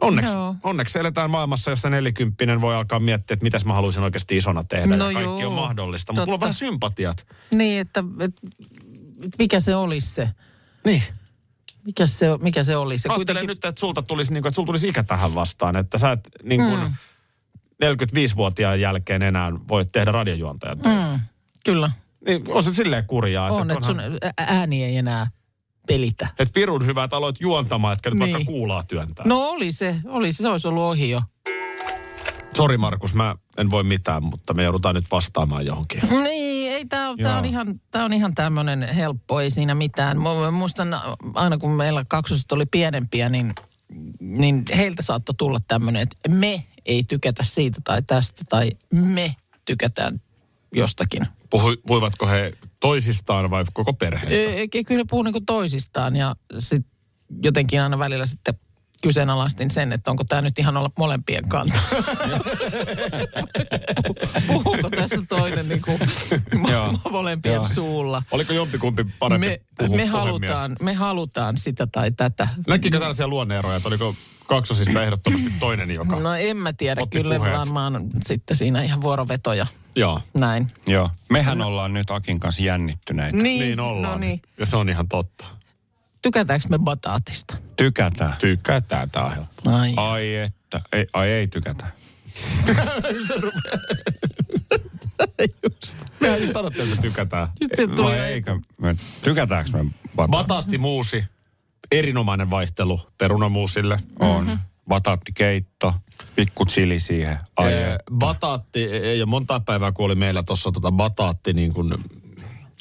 [SPEAKER 2] onneksi,
[SPEAKER 3] Joo.
[SPEAKER 2] onneksi eletään maailmassa, jossa nelikymppinen voi alkaa miettiä, että mitäs mä haluaisin oikeasti isona tehdä
[SPEAKER 3] No
[SPEAKER 2] ja kaikki
[SPEAKER 3] juu.
[SPEAKER 2] on mahdollista. Mutta mulla on
[SPEAKER 3] Totta.
[SPEAKER 2] vähän sympatiat.
[SPEAKER 3] Niin, että, että, että mikä se olisi se?
[SPEAKER 2] Niin.
[SPEAKER 3] Mikä se, mikä se oli se?
[SPEAKER 2] Ajattelen kuitenkin... nyt, että sulta tulisi, niin kuin, että sulta tulisi ikä tähän vastaan, että sä et niin kuin mm. 45-vuotiaan jälkeen enää voi tehdä radiojuontajan. Mm.
[SPEAKER 3] Mm, kyllä,
[SPEAKER 2] Niin, on se silleen kurjaa.
[SPEAKER 3] on,
[SPEAKER 2] että
[SPEAKER 3] että sun
[SPEAKER 2] onhan-
[SPEAKER 3] ä- ääni ei enää pelitä.
[SPEAKER 2] että pirun hyvä, että aloit juontamaan, etkä nyt niin.
[SPEAKER 3] Niin.
[SPEAKER 2] vaikka kuulaa työntää.
[SPEAKER 3] No oli se, oli se, se olisi ollut ohi jo.
[SPEAKER 2] Sori Markus, mä en voi mitään, mutta me joudutaan nyt vastaamaan johonkin.
[SPEAKER 3] Niin, ei tää, tää
[SPEAKER 4] Joo.
[SPEAKER 3] on ihan, tää on ihan tämmönen helppo, ei siinä mitään. Mä, mä muistan aina kun meillä kaksoset oli pienempiä, niin, niin heiltä saattoi tulla tämmönen, että me ei tykätä siitä tai tästä tai me tykätään jostakin.
[SPEAKER 2] Puhu, puhuivatko he toisistaan vai koko perheestä?
[SPEAKER 3] Ei, ei, kyllä ne puhuu niinku toisistaan ja sit jotenkin aina välillä sitten kyseenalaistin sen, että onko tämä nyt ihan olla molempien kanta. Puhuuko tässä toinen niinku
[SPEAKER 4] Joo.
[SPEAKER 3] mo- molempien
[SPEAKER 4] Joo.
[SPEAKER 3] suulla?
[SPEAKER 2] Oliko jompikumpi parempi
[SPEAKER 3] Me,
[SPEAKER 2] puhu,
[SPEAKER 3] me,
[SPEAKER 2] puhemies?
[SPEAKER 3] halutaan, me halutaan sitä tai tätä.
[SPEAKER 2] Näkikö tällaisia luonneeroja, että oliko kaksosista ehdottomasti toinen, joka...
[SPEAKER 3] No en mä tiedä,
[SPEAKER 2] Otti
[SPEAKER 3] kyllä
[SPEAKER 2] puheet.
[SPEAKER 3] varmaan sitten siinä ihan vuorovetoja
[SPEAKER 2] Joo.
[SPEAKER 3] näin.
[SPEAKER 4] Joo. Mehän ollaan nyt Akin kanssa jännittyneitä.
[SPEAKER 3] Niin,
[SPEAKER 2] Niin ollaan.
[SPEAKER 3] No niin.
[SPEAKER 2] Ja se on ihan totta.
[SPEAKER 3] Tykätäänkö me bataatista?
[SPEAKER 4] Tykätään.
[SPEAKER 2] Tykätään tää on helppo.
[SPEAKER 3] Ai.
[SPEAKER 4] Ai että. Ei, ai ei tykätä.
[SPEAKER 2] Mehän just sanottiin, Siis että tykätään.
[SPEAKER 3] Nyt se tuli
[SPEAKER 4] Vai eikö? Me, tykätäänkö me bataatti?
[SPEAKER 2] Bataattimuusi. Erinomainen vaihtelu perunamuusille.
[SPEAKER 4] On. Bataattikeitto, pikku chili siihen. Ai
[SPEAKER 2] Ee,
[SPEAKER 4] että.
[SPEAKER 2] Öö, Bataatti, e, ei ole monta päivää, kun oli meillä tuossa tota bataatti niin kuin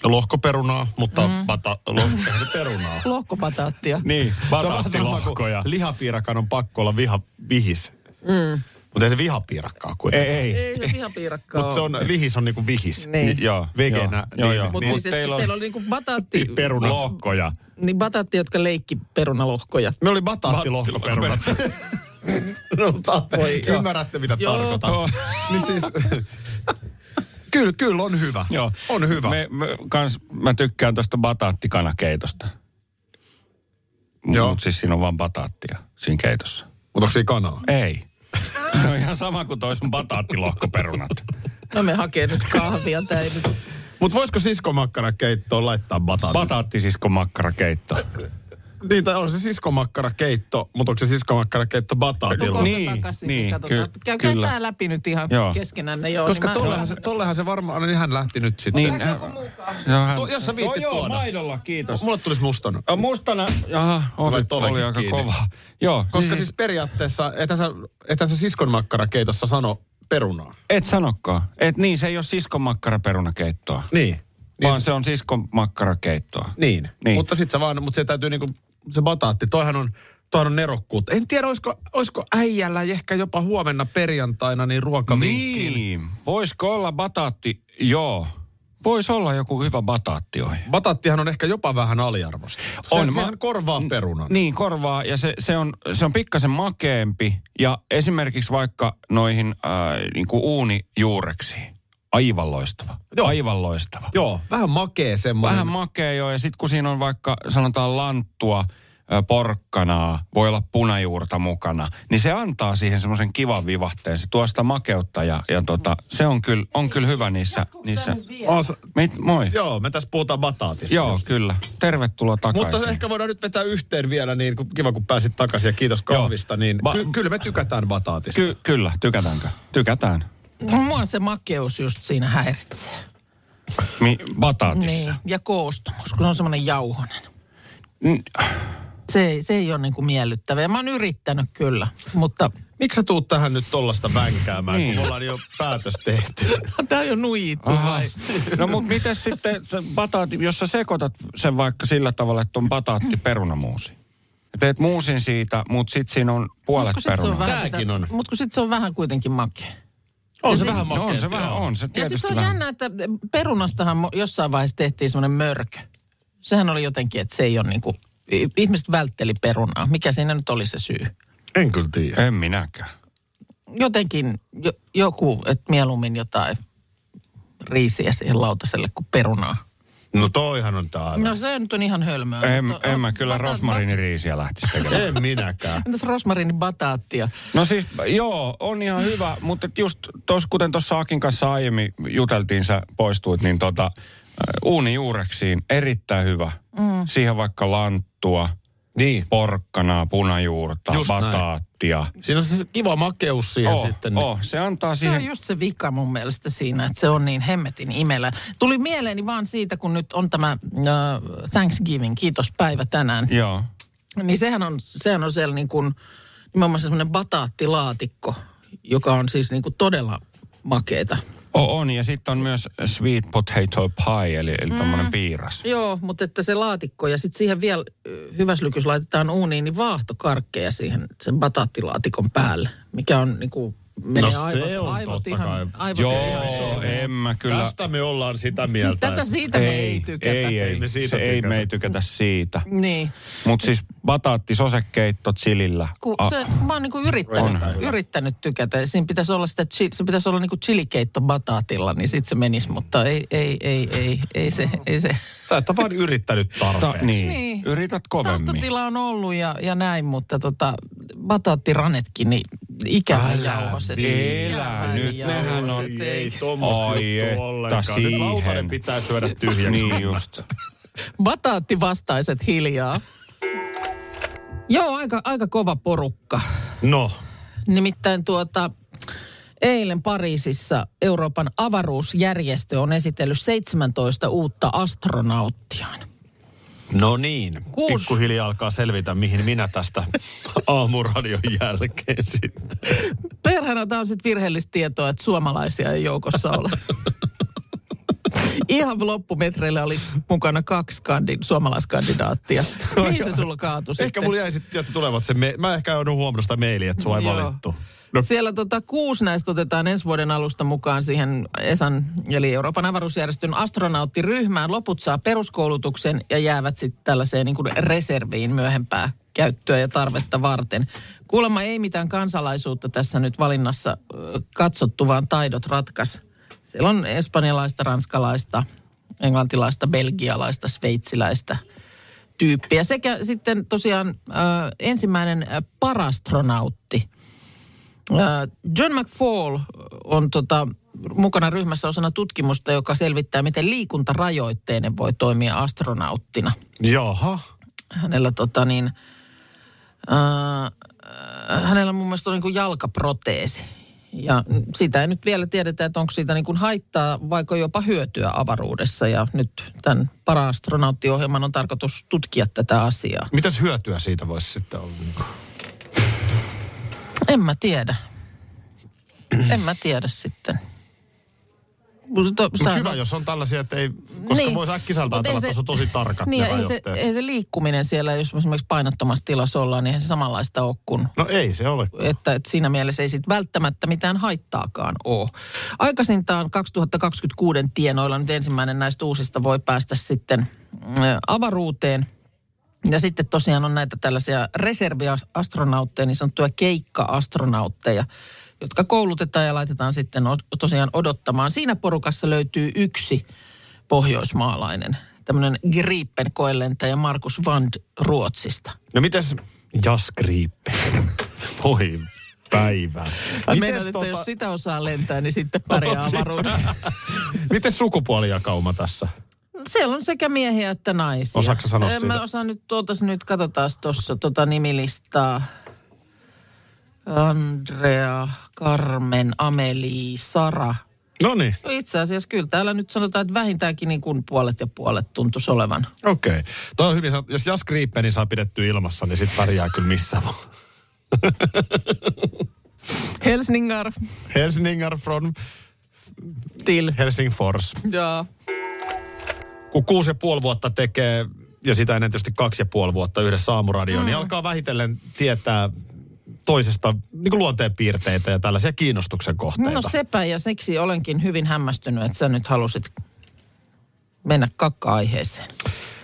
[SPEAKER 2] lohkoperunaa, mutta mm. bata, lohko, se perunaa.
[SPEAKER 3] lohkopataattia.
[SPEAKER 4] Niin,
[SPEAKER 2] Se on vähän sama kuin
[SPEAKER 4] bataattilohkoja.
[SPEAKER 2] lihapiirakan on pakko olla viha, vihis. Mm. Mutta ei se vihapiirakkaa kuin.
[SPEAKER 4] Ei, ei.
[SPEAKER 3] Ei se pihapiirakkaa
[SPEAKER 2] Mutta se on, lihis on niin kuin vihis.
[SPEAKER 3] Niin.
[SPEAKER 4] Joo,
[SPEAKER 2] Vegenä,
[SPEAKER 4] Joo,
[SPEAKER 2] niin-
[SPEAKER 4] joo.
[SPEAKER 3] Mutta
[SPEAKER 4] Mut
[SPEAKER 3] siis, teillä,
[SPEAKER 4] teillä on
[SPEAKER 3] teillä oli niinku bataatti,
[SPEAKER 2] Perunat.
[SPEAKER 4] lohkoja.
[SPEAKER 3] niin bataatti, jotka leikki perunalohkoja.
[SPEAKER 2] Me oli bataattilohkoperunat. no, saatte,
[SPEAKER 3] Voi joo.
[SPEAKER 2] ymmärrätte, mitä
[SPEAKER 3] Joo.
[SPEAKER 2] tarkoitan. Niin siis, kyllä, kyllä on hyvä.
[SPEAKER 4] Joo.
[SPEAKER 2] On hyvä.
[SPEAKER 4] Me, me, kans, mä tykkään tuosta bataattikanakeitosta.
[SPEAKER 2] Joo.
[SPEAKER 4] Mutta siis siinä on vaan bataattia siinä keitossa.
[SPEAKER 2] Mutta onko siinä kanaa?
[SPEAKER 4] Ei. Se on ihan sama kuin toi sun bataattilohkoperunat.
[SPEAKER 3] No me hakee nyt kahvia, tää ei nyt...
[SPEAKER 2] Mutta voisiko siskomakkarakeittoon laittaa bataatit?
[SPEAKER 4] Bataattisikko makkarakeitto.
[SPEAKER 2] Niin, tai on se siskomakkarakeitto, mutta onko se siskomakkarakeitto bataatilla?
[SPEAKER 4] Niin,
[SPEAKER 3] Niin, takaisin,
[SPEAKER 4] niin,
[SPEAKER 3] niin, katsotaan.
[SPEAKER 4] ky-
[SPEAKER 3] Käykää
[SPEAKER 4] kyllä.
[SPEAKER 3] tää läpi nyt ihan
[SPEAKER 4] Joo.
[SPEAKER 3] joo. keskenään. Ne, joo,
[SPEAKER 2] Koska
[SPEAKER 3] niin
[SPEAKER 2] tollehan se, tollehan se varmaan, niin hän lähti nyt sitten.
[SPEAKER 4] Niin, Johan,
[SPEAKER 2] Tu- jos sä viittit
[SPEAKER 4] No joo,
[SPEAKER 2] tuoda.
[SPEAKER 4] maidolla, kiitos.
[SPEAKER 2] Mulle tulisi mustana.
[SPEAKER 4] Ö, Mustana, jaha, oli,
[SPEAKER 2] Lait ovenkin
[SPEAKER 4] oli aika
[SPEAKER 2] kiinni.
[SPEAKER 4] kova. Joo,
[SPEAKER 2] Koska siis periaatteessa, ethän sä, ethän sä siskonmakkarakeitossa sano perunaa.
[SPEAKER 4] et sanokaan. Et niin, se ei ole siskon makkaraperunakeittoa,
[SPEAKER 2] Niin.
[SPEAKER 4] niin. vaan se on siskon makkarakeittoa.
[SPEAKER 2] Niin. niin.
[SPEAKER 4] Niin.
[SPEAKER 2] Mutta sit sä vaan, mutta se täytyy niinku, se bataatti, toihan on, toihan on nerokkuutta. En tiedä, olisiko, olisiko äijällä ja ehkä jopa No huomenna perjantaina niin ruokavinkki.
[SPEAKER 4] Niin, voisiko olla bataatti, joo. Voisi olla joku hyvä bataattiohi.
[SPEAKER 2] Bataattihan on ehkä jopa vähän aliarvosta.
[SPEAKER 4] On,
[SPEAKER 2] On.
[SPEAKER 4] mä-
[SPEAKER 2] Sehän korvaa perunan.
[SPEAKER 4] Niin, korvaa. Ja se, se, on, se on pikkasen makeempi. Ja esimerkiksi vaikka noihin äh, niin kuin uunijuureksi. Aivan loistava.
[SPEAKER 2] Joo.
[SPEAKER 4] Aivan loistava.
[SPEAKER 2] Joo, vähän makee semmoinen.
[SPEAKER 4] Vähän makea jo. Ja sitten kun siinä on vaikka sanotaan lanttua, ö, porkkanaa, voi olla punajuurta mukana, niin se antaa siihen semmoisen kivan vivahteen. Se tuosta makeutta ja, ja tota, se on kyllä, on kyllä hyvä niissä. niissä.
[SPEAKER 2] As,
[SPEAKER 4] Mit, moi.
[SPEAKER 2] joo, me tässä puhutaan bataatista.
[SPEAKER 4] Joo, kyllä. Tervetuloa takaisin.
[SPEAKER 2] Mutta se ehkä voidaan nyt vetää yhteen vielä, niin kun- kiva kun pääsit takaisin ja kiitos kahvista, niin
[SPEAKER 4] Ba-
[SPEAKER 2] ky- kyllä me tykätään bataatista.
[SPEAKER 4] Ky- kyllä, tykätäänkö? Tykätään.
[SPEAKER 3] Mua se makeus just siinä häiritsee.
[SPEAKER 4] Mi- bataatissa.
[SPEAKER 3] Niin. Ja koostumus, kun se on semmoinen jauhonen.
[SPEAKER 4] Niin.
[SPEAKER 3] Se ei, se ei ole niinku miellyttävä. Ja mä oon yrittänyt kyllä, mutta
[SPEAKER 2] Miksi sä tuut tähän nyt tollasta vänkäämään,
[SPEAKER 4] Niin.
[SPEAKER 2] kun ollaan jo päätös tehty?
[SPEAKER 3] tämä on jo nuitu.
[SPEAKER 4] Aha.
[SPEAKER 3] vai?
[SPEAKER 4] No mutta miten sitten se bataatti, jos sä sekoitat sen vaikka sillä tavalla, että on bataatti perunamuusi. Ja Teet muusin siitä, mutta sitten siinä on
[SPEAKER 3] Mut
[SPEAKER 4] puolet
[SPEAKER 3] kun sit se on
[SPEAKER 4] perunaa.
[SPEAKER 3] vähän
[SPEAKER 2] Tääkin
[SPEAKER 3] sitä-
[SPEAKER 2] on.
[SPEAKER 3] Mut kun sit se on vähän kuitenkin makea.
[SPEAKER 2] On se
[SPEAKER 4] No on se vähän, on se
[SPEAKER 3] Ja sitten se
[SPEAKER 4] tietysti
[SPEAKER 3] on
[SPEAKER 4] vähän.
[SPEAKER 3] jännä, että perunastahan mo- jossain vaiheessa tehtiin semmoinen mörkö. Sehän oli jotenkin, että se ei ole niinku, i- ihmiset vältteli perunaa. Mikä siinä nyt oli se syy?
[SPEAKER 2] En kyllä tiedä.
[SPEAKER 4] En minäkään.
[SPEAKER 3] Jotenkin jo, joku, että mieluummin jotain riisiä siihen lautaselle kuin perunaa.
[SPEAKER 2] No toihan on tää.
[SPEAKER 3] No se nyt on ihan hölmöä.
[SPEAKER 4] En,
[SPEAKER 3] Mutta-
[SPEAKER 4] en mä kyllä
[SPEAKER 3] bata-
[SPEAKER 4] rosmariniriisiä lähtisi tekemään.
[SPEAKER 2] En minäkään.
[SPEAKER 3] Entäs rosmarini bataattia?
[SPEAKER 4] No siis, joo, on ihan hyvä, mutta et just tos, kuten tuossa Akin kanssa aiemmin juteltiin, sä poistuit, niin tota, äh, uunijuureksiin erittäin hyvä. Mm. Siihen vaikka lanttua,
[SPEAKER 2] Niin.
[SPEAKER 4] porkkanaa, punajuurta,
[SPEAKER 2] Just näin.
[SPEAKER 4] bataattia.
[SPEAKER 2] Siinä on se kiva makeus siihen
[SPEAKER 4] Oh,
[SPEAKER 2] sitten. niin
[SPEAKER 4] oh, se antaa
[SPEAKER 3] Se
[SPEAKER 4] siihen...
[SPEAKER 3] on just se vika mun mielestä siinä, että se on niin hemmetin imelä. Tuli mieleeni vaan siitä, kun nyt on tämä uh, Thanksgiving, kiitospäivä tänään.
[SPEAKER 4] Joo.
[SPEAKER 3] Niin sehän on, sehän on siellä niin kuin nimenomaan semmoinen bataattilaatikko, joka on siis niin kuin todella makeeta.
[SPEAKER 4] O, Oh, on, ja sitten on myös sweet potato pie, eli, eli mm. tämmöinen piiras.
[SPEAKER 3] Joo, mutta että se laatikko ja sitten siihen vielä hyväslykys laitetaan uuniin, niin vaahtokarkkeja siihen sen bataattilaatikon päälle, mikä on niin kuin menee
[SPEAKER 2] se
[SPEAKER 3] aivot,
[SPEAKER 2] on
[SPEAKER 3] aivot
[SPEAKER 2] totta kai.
[SPEAKER 3] ihan, aivot ihan
[SPEAKER 4] Joo, en mä kyllä...
[SPEAKER 2] Tästä me ollaan sitä mieltä.
[SPEAKER 3] Tätä siitä ei, me ei
[SPEAKER 4] Ei,
[SPEAKER 3] tykätä.
[SPEAKER 4] ei, ei,
[SPEAKER 2] Ei me siitä
[SPEAKER 4] se ei,
[SPEAKER 2] tykätä.
[SPEAKER 4] me ei tykätä siitä.
[SPEAKER 3] Niin.
[SPEAKER 4] Mutta siis Ah, bataattisosekeitto chilillä.
[SPEAKER 3] Kun
[SPEAKER 4] A-
[SPEAKER 3] se, mä oon niinku yrittänyt, yrittänyt tykätä. Ja Siinä pitäisi olla sitä, chi- se pitäisi olla niinku chilikeitto bataatilla, niin sit se menisi, mutta ei, ei, ei, ei, ei se, ei se.
[SPEAKER 2] Sä et ole vaan yrittänyt
[SPEAKER 4] Ta-
[SPEAKER 2] tarpeeksi.
[SPEAKER 4] niin.
[SPEAKER 3] Niin.
[SPEAKER 4] yrität kovemmin.
[SPEAKER 3] Tahtotila on ollut ja, ja näin, mutta tota, bataattiranetkin, niin ikävä
[SPEAKER 2] Älä
[SPEAKER 3] jauhoset.
[SPEAKER 4] elä
[SPEAKER 3] ikävä
[SPEAKER 4] nyt, nehän on-
[SPEAKER 3] jauhoset, ei.
[SPEAKER 2] tommosta
[SPEAKER 4] Ai
[SPEAKER 2] juttua
[SPEAKER 4] että
[SPEAKER 2] Nyt
[SPEAKER 4] siihen.
[SPEAKER 2] lautanen pitää syödä tyhjäksi.
[SPEAKER 4] Niin just.
[SPEAKER 3] Bataattivastaiset hiljaa. Joo, aika, aika kova porukka.
[SPEAKER 2] No,
[SPEAKER 3] Nimittäin tuota, eilen Pariisissa Euroopan avaruusjärjestö on esitellyt 17 uutta astronauttiaan.
[SPEAKER 2] no niin.
[SPEAKER 3] Kuusi.
[SPEAKER 2] Pikkuhiljaa alkaa selvitä, mihin minä tästä aamuradion jälkeen sitten.
[SPEAKER 3] Perhana tämä on sitten virheellistä tietoa, että suomalaisia ei joukossa ole. Ihan loppumetreillä oli mukana kaksi kandi, suomalaiskandidaattia. Mihin se sulla kaatui
[SPEAKER 2] No Ehkä
[SPEAKER 3] sitten?
[SPEAKER 2] mulla jäi sitten, että tulevat se, me- mä ehkä oon huomannut sitä mailia, että sua ei
[SPEAKER 3] Joo.
[SPEAKER 2] valittu. No,
[SPEAKER 3] Siellä tota, kuusi näistä otetaan ensi vuoden alusta mukaan siihen ESAN, eli Euroopan avaruusjärjestön astronauttiryhmään. Loput saa peruskoulutuksen ja jäävät sitten tällaiseen niin kuin reserviin myöhempää käyttöä ja tarvetta varten. Kuulemma ei mitään kansalaisuutta tässä nyt valinnassa ö, katsottu, vaan taidot ratkas. Siellä on espanjalaista, ranskalaista, englantilaista, belgialaista, sveitsiläistä tyyppiä. Sekä sitten tosiaan ö, ensimmäinen ö, parastronautti – Äh, John McFall on tota, mukana ryhmässä osana tutkimusta, joka selvittää, miten liikuntarajoitteinen voi toimia astronauttina.
[SPEAKER 2] jaha.
[SPEAKER 3] Hänellä tota niin, äh, hänellä mun mielestä on niin kuin jalkaproteesi. Ja sitä ei nyt vielä tiedetä, että onko siitä niin kuin haittaa vaiko jopa hyötyä avaruudessa. Ja nyt tämän paraastronauttiohjelman on tarkoitus tutkia tätä asiaa.
[SPEAKER 2] Mitäs hyötyä siitä voisi sitten olla? Niin
[SPEAKER 3] En mä tiedä. En mä tiedä sitten. Mutta
[SPEAKER 2] Mutta hyvä, jos on tällaisia, että ei, koska niin. voisi äkkiseltään
[SPEAKER 3] Mut ei
[SPEAKER 2] ajatella, että se on tosi tarkat
[SPEAKER 3] niin,
[SPEAKER 2] ne
[SPEAKER 3] ja ei se,
[SPEAKER 2] rajoitteet.
[SPEAKER 3] ei se liikkuminen siellä, jos esimerkiksi painottomassa tilassa ollaan, niin eihän se samanlaista ole kuin
[SPEAKER 2] No ei se ole.
[SPEAKER 3] että, että siinä mielessä ei sit välttämättä mitään haittaakaan ole. Aikaisintaan 2026 tienoilla nyt ensimmäinen näistä uusista voi päästä sitten mm, avaruuteen. Ja sitten tosiaan on näitä tällaisia reserviastronautteja, niin sanottuja keikka-astronautteja, jotka koulutetaan ja laitetaan sitten o- tosiaan odottamaan. Siinä porukassa löytyy yksi pohjoismaalainen, tämmöinen Gripen koelentäjä Markus Vand Ruotsista.
[SPEAKER 2] No mites jaskriippe? Voi päivä.
[SPEAKER 3] Ai
[SPEAKER 2] Mites
[SPEAKER 3] meinaan, että
[SPEAKER 2] tota-
[SPEAKER 3] jos sitä osaa lentää, niin sitten pärjää avaruudessa.
[SPEAKER 2] Miten sukupuolijakauma tässä?
[SPEAKER 3] Siellä on sekä miehiä että naisia.
[SPEAKER 2] Osaatko sä sanoa
[SPEAKER 3] en
[SPEAKER 2] siitä?
[SPEAKER 3] Mä osaan nyt, tuotas nyt, katsotaan tuossa tota nimilistaa. Andrea, Carmen, Ameli, Sara.
[SPEAKER 2] No niin,
[SPEAKER 3] No itse asiassa kyllä täällä nyt sanotaan, että vähintäänkin niin kuin puolet ja puolet tuntuisi olevan.
[SPEAKER 2] okei. Okay. Toi on hyvin, sanottu. jos jaskriippe niin saa pidetty ilmassa, niin sit pärjää kyllä missä vaan.
[SPEAKER 3] Helsingar.
[SPEAKER 2] Helsingar from
[SPEAKER 3] Til.
[SPEAKER 2] Helsingfors.
[SPEAKER 3] Joo.
[SPEAKER 2] kun kuusi ja puoli vuotta tekee, ja sitä ennen tietysti kaksi ja puoli vuotta yhdessä aamuradioon, mm. niin alkaa vähitellen tietää toisesta niin kuin luonteenpiirteitä ja tällaisia kiinnostuksen kohteita.
[SPEAKER 3] No sepä ja siksi olenkin hyvin hämmästynyt, että sä nyt halusit mennä kakka-aiheeseen.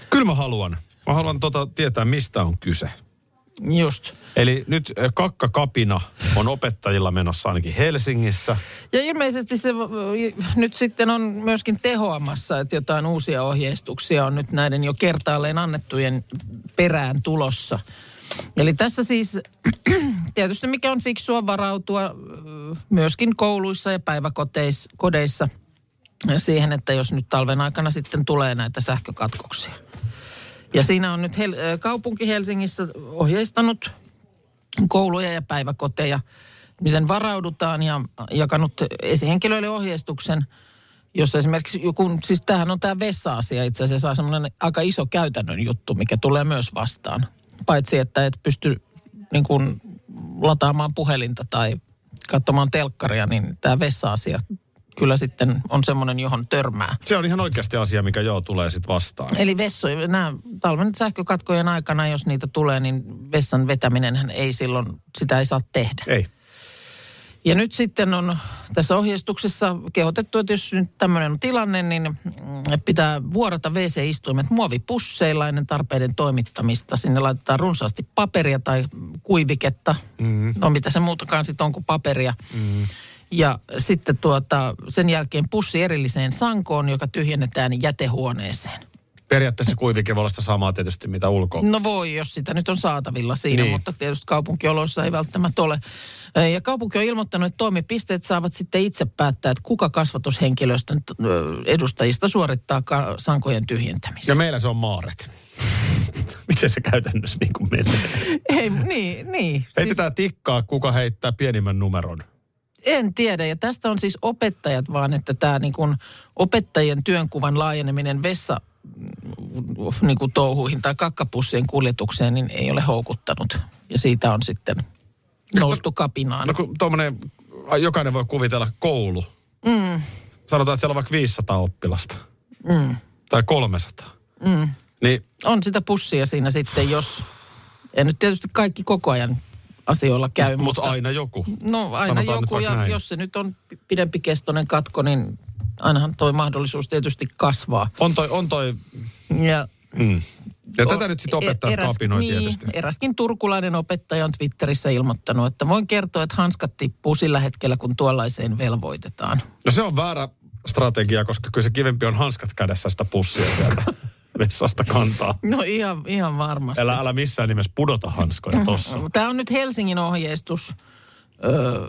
[SPEAKER 2] Kyllä mä haluan. Mä haluan tota tietää, mistä on kyse.
[SPEAKER 3] Just.
[SPEAKER 2] Eli nyt ö, kakkakapina on opettajilla menossa ainakin Helsingissä.
[SPEAKER 3] Ja ilmeisesti se ö, nyt sitten on myöskin tehoamassa, että jotain uusia ohjeistuksia on nyt näiden jo kertaalleen annettujen perään tulossa. Eli tässä siis tietysti mikä on fiksua varautua ö, myöskin kouluissa ja päiväkodeissa siihen, että jos nyt talven aikana sitten tulee näitä sähkökatkoksia. Ja siinä on nyt Hel- ö, kaupunki Helsingissä ohjeistanut kouluja ja päiväkoteja, miten varaudutaan ja jakanut esihenkilöille ohjeistuksen, jossa esimerkiksi, kun, siis tämähän on tämä vessa-asia itse asiassa, semmoinen aika iso käytännön juttu, mikä tulee myös vastaan. Paitsi, että et pysty niin kuin, lataamaan puhelinta tai katsomaan telkkaria, niin tämä vessa-asia kyllä sitten on semmoinen, johon törmää.
[SPEAKER 2] Se on ihan oikeasti asia, mikä joo tulee sitten vastaan.
[SPEAKER 3] Eli vessoja, nämä talven sähkökatkojen aikana, jos niitä tulee, niin vessan vetäminenhän ei silloin, sitä ei saa tehdä.
[SPEAKER 2] Ei.
[SPEAKER 3] Ja nyt sitten on tässä ohjeistuksessa kehotettu, että jos nyt tämmöinen on tilanne, niin mm, pitää vuorata WC-istuimet muovipusseilla ennen tarpeiden toimittamista. Sinne laitetaan runsaasti paperia tai kuiviketta. Mm. No mitä se muutakaan sitten on kuin paperia. Mm. Ja sitten tuota, sen jälkeen pussi erilliseen sankoon, joka tyhjennetään jätehuoneeseen.
[SPEAKER 2] Periaatteessa kuivike voi olla sitä samaa tietysti, mitä ulkoa.
[SPEAKER 3] No voi, jos sitä nyt on saatavilla siinä,
[SPEAKER 2] Niin.
[SPEAKER 3] niin. mutta tietysti kaupunkioloissa ei välttämättä ole. Ö, Ja kaupunki on ilmoittanut, että toimipisteet saavat sitten itse päättää, että kuka kasvatushenkilöstön t- ö, edustajista suorittaa ka- sankojen tyhjentämisen.
[SPEAKER 2] Ja meillä se on maaret. Miten se käytännössä niin kuin menee?
[SPEAKER 3] Ei, niin, niin. Siis
[SPEAKER 2] Heitetään tikkaa, kuka heittää pienimmän numeron.
[SPEAKER 3] en tiedä, ja tästä on siis opettajat vaan, että tämä niin kun opettajien työnkuvan laajeneminen vessa niin kuin touhuihin tai kakkapussien kuljetukseen, niin ei ole houkuttanut. Ja siitä on sitten noustu kapinaan.
[SPEAKER 2] No kun tuommoinen, jokainen voi kuvitella koulu. Mm. Sanotaan, että siellä on vaikka 500 oppilasta. Mm. Tai 300. Mm. Niin
[SPEAKER 3] on sitä pussia siinä sitten, jos... Ei nyt tietysti kaikki koko ajan asioilla käy,
[SPEAKER 2] Mut
[SPEAKER 3] mutta...
[SPEAKER 2] aina joku.
[SPEAKER 3] No aina
[SPEAKER 2] Sanotaan nyt
[SPEAKER 3] joku,
[SPEAKER 2] vaikka
[SPEAKER 3] ja
[SPEAKER 2] näin.
[SPEAKER 3] jos se nyt on pi- pidempikestoinen katko, niin ainahan toi mahdollisuus tietysti kasvaa.
[SPEAKER 2] On toi, on toi.
[SPEAKER 3] Ja,
[SPEAKER 2] Ja
[SPEAKER 3] o- e-
[SPEAKER 2] tätä nyt sitten opettajat
[SPEAKER 3] eräs-
[SPEAKER 2] kapinoi
[SPEAKER 3] niin,
[SPEAKER 2] tietysti.
[SPEAKER 3] Eräskin turkulainen opettaja on Twitterissä ilmoittanut, että voin kertoa, että hanskat tippuu sillä hetkellä, kun tuollaiseen velvoitetaan.
[SPEAKER 2] No se on väärä strategia, koska kyllä se kivempi on hanskat kädessä sitä pussia sieltä vessasta kantaa.
[SPEAKER 3] No ihan, ihan varmasti.
[SPEAKER 2] Älä, älä missään nimessä pudota hanskoja tossa.
[SPEAKER 3] Tämä on nyt Helsingin ohjeistus, öö,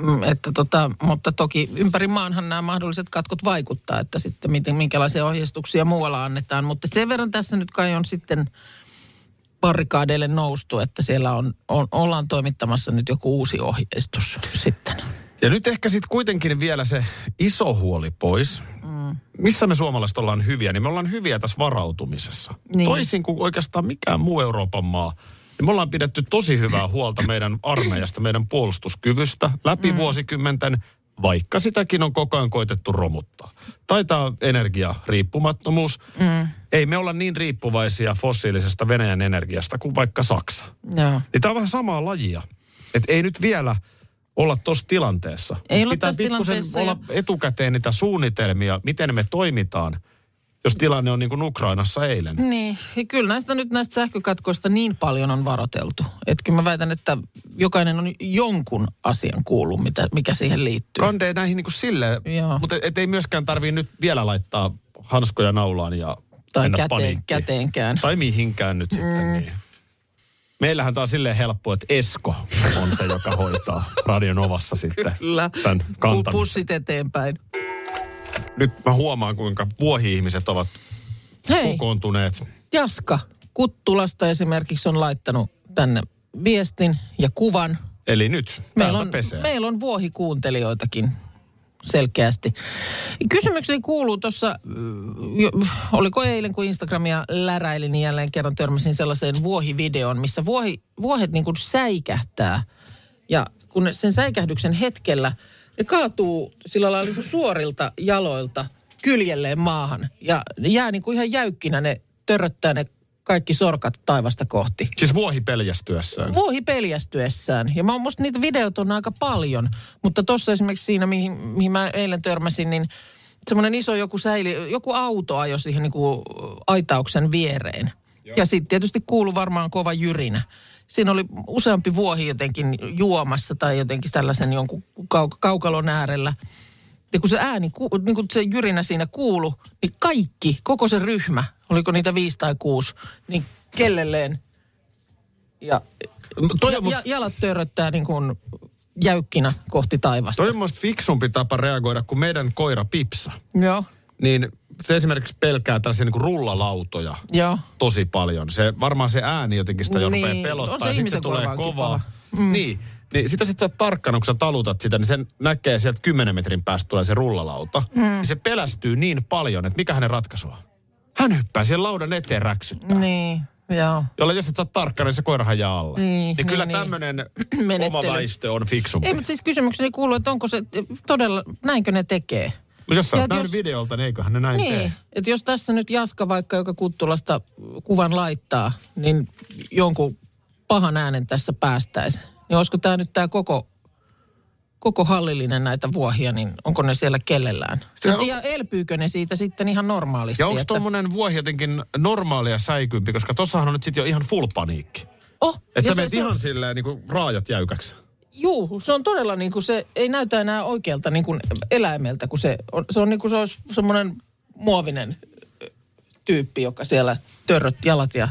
[SPEAKER 3] mm, että tota, mutta toki ympäri maanhan nämä mahdolliset katkot vaikuttaa, että sitten miten, minkälaisia ohjeistuksia muualla annetaan. Mutta sen verran tässä nyt kai on sitten parikaadeille noustu, että siellä on, on, ollaan toimittamassa nyt joku uusi ohjeistus sitten.
[SPEAKER 2] Ja nyt ehkä sitten kuitenkin vielä se iso huoli pois. Mm. Missä me suomalaiset ollaan hyviä, niin me ollaan hyviä tässä varautumisessa. Niin.
[SPEAKER 3] Niin.
[SPEAKER 2] Toisin kuin oikeastaan mikään muu Euroopan maa, niin me ollaan pidetty tosi hyvää huolta meidän armeijasta, meidän puolustuskyvystä läpi mm. vuosikymmenten vaikka sitäkin on koko ajan koitettu romuttaa. Taitaa energia riippumattomuus. Mm. Ei me olla niin riippuvaisia fossiilisesta Venäjän energiasta kuin vaikka Saksa.
[SPEAKER 3] Joo.
[SPEAKER 2] Niin tämä on vähän samaa lajia. Että ei nyt vielä olla tuossa tilanteessa.
[SPEAKER 3] Ei olla
[SPEAKER 2] Pitää
[SPEAKER 3] tossa
[SPEAKER 2] pikkusen
[SPEAKER 3] tilanteessa
[SPEAKER 2] olla etukäteen niitä suunnitelmia, miten me toimitaan, jos tilanne on niin kuin Ukrainassa eilen.
[SPEAKER 3] Niin, ja kyllä näistä nyt näistä sähkökatkoista niin paljon on varoteltu. Että kyllä mä väitän, että jokainen on jonkun asian kuullut, mitä, mikä siihen liittyy.
[SPEAKER 2] Kande näihin niin kuin silleen,
[SPEAKER 3] Joo.
[SPEAKER 2] mutta et ei myöskään tarvii nyt vielä laittaa hanskoja naulaan ja
[SPEAKER 3] tai
[SPEAKER 2] mennä
[SPEAKER 3] käteen, Mm.
[SPEAKER 2] paniikkiin.
[SPEAKER 3] käteenkään.
[SPEAKER 2] Tai mihinkään nyt sitten, niin. Meillähän tämä on silleen helppo, että Esko on se, joka hoitaa Radion Ovassa sitten
[SPEAKER 3] Kyllä.
[SPEAKER 2] tämän
[SPEAKER 3] Pu-
[SPEAKER 2] kantamisen.
[SPEAKER 3] Pussit eteenpäin.
[SPEAKER 2] Nyt mä huomaan, kuinka vuohi-ihmiset ovat
[SPEAKER 3] Hei,
[SPEAKER 2] kokoontuneet.
[SPEAKER 3] Jaska Kuttulasta esimerkiksi on laittanut tänne viestin ja kuvan.
[SPEAKER 2] Eli nyt
[SPEAKER 3] Meillä
[SPEAKER 2] täältä
[SPEAKER 3] on,
[SPEAKER 2] pesee.
[SPEAKER 3] meillä on vuohikuuntelijoitakin selkeästi. Kysymykseni kuuluu tuossa, mm, jo- oliko eilen kun Instagramia läräilin, niin jälleen kerran törmäsin sellaiseen vuohivideon, missä vuohi, vuohet niin kuin säikähtää. Ja kun ne- sen säikähdyksen hetkellä ne kaatuu sillä lailla niin kuin suorilta jaloilta kyljelleen maahan. Ja ne jää niin kuin ihan jäykkinä, ne törröttää ne kaikki sorkat taivasta kohti
[SPEAKER 2] Siis vuohi peljästyessään.
[SPEAKER 3] vuohi peljästyessään. Ja mä oon musta niitä videoita on aika paljon. Mutta tuossa esimerkiksi siinä, mihin, mihin mä eilen törmäsin, niin semmoinen iso joku säili, joku auto ajoi siihen niin kuin aitauksen viereen. Joo. Ja sitten tietysti kuuluu varmaan kova jyrinä. Siinä oli useampi vuohi jotenkin juomassa tai jotenkin tällaisen jonkun kau- kaukalon äärellä. Ja kun se ääni, ku- niin kun se jyrinä siinä kuulu, niin kaikki, koko se ryhmä, oliko niitä viisi tai kuusi, niin kellelleen ja,
[SPEAKER 2] Toi on
[SPEAKER 3] ja,
[SPEAKER 2] musta-
[SPEAKER 3] ja jalat törröttää niin kuin jäykkinä kohti taivasta.
[SPEAKER 2] Toi on musta fiksumpi tapa reagoida kuin meidän koira Pipsa.
[SPEAKER 3] Joo,
[SPEAKER 2] Niin se esimerkiksi pelkää tällaisia niin kuin rullalautoja
[SPEAKER 3] joo.
[SPEAKER 2] tosi paljon. Se, varmaan se ääni jotenkin sitä jo
[SPEAKER 3] Niin,
[SPEAKER 2] rupeaa
[SPEAKER 3] on
[SPEAKER 2] pelottaa.
[SPEAKER 3] se
[SPEAKER 2] Sitten se
[SPEAKER 3] ihmisen
[SPEAKER 2] tulee
[SPEAKER 3] korvaankin
[SPEAKER 2] kovaa.
[SPEAKER 3] paha.
[SPEAKER 2] Mm. Niin, niin sitä sit sä oot tarkkana, kun sä talutat sitä, niin sen näkee sieltä 10 metrin päästä tulee se rullalauta. Mm. Niin se pelästyy niin paljon, että mikä hänen ratkaisu on. Hän hyppää siihen laudan eteen räksyttää. Niin.
[SPEAKER 3] Niin, joo.
[SPEAKER 2] Jolle jos et sä oot tarkkana, niin se koira hajaa alle.
[SPEAKER 3] Niin,
[SPEAKER 2] niin,
[SPEAKER 3] niin,
[SPEAKER 2] kyllä
[SPEAKER 3] niin.
[SPEAKER 2] tämmöinen oma
[SPEAKER 3] Menettely.
[SPEAKER 2] väistö on fiksumpi.
[SPEAKER 3] Ei, mutta siis kysymykseni kuuluu, että onko se todella, näinkö ne tekee?
[SPEAKER 2] Mutta jos sä
[SPEAKER 3] Ja
[SPEAKER 2] oot
[SPEAKER 3] et
[SPEAKER 2] nähnyt
[SPEAKER 3] jos-
[SPEAKER 2] videolta, niin eiköhän ne näin tee.
[SPEAKER 3] Niin, että jos tässä nyt Jaska vaikka, joka Kuttulasta kuvan laittaa, niin jonkun pahan äänen tässä päästäisi. Niin olisiko tämä nyt tämä koko, koko hallillinen näitä vuohia, niin onko ne siellä kellellään?
[SPEAKER 2] Se on-
[SPEAKER 3] On... Ja elpyykö ne siitä sitten ihan normaalisti?
[SPEAKER 2] Ja onko
[SPEAKER 3] että-
[SPEAKER 2] tuommoinen vuohi jotenkin normaalia säikympi, koska tossahan on nyt sitten jo ihan full paniikki.
[SPEAKER 3] Oh,
[SPEAKER 2] Että
[SPEAKER 3] ja
[SPEAKER 2] sä
[SPEAKER 3] se-
[SPEAKER 2] menet
[SPEAKER 3] se on-
[SPEAKER 2] ihan silleen niin kuin raajat jäykäksi.
[SPEAKER 3] Juu, se on todella niin kuin se, ei näytä enää oikealta niin kuin eläimeltä, kun se on, se on niin kuin se olisi semmoinen muovinen ö, tyyppi, joka siellä törröt jalat ja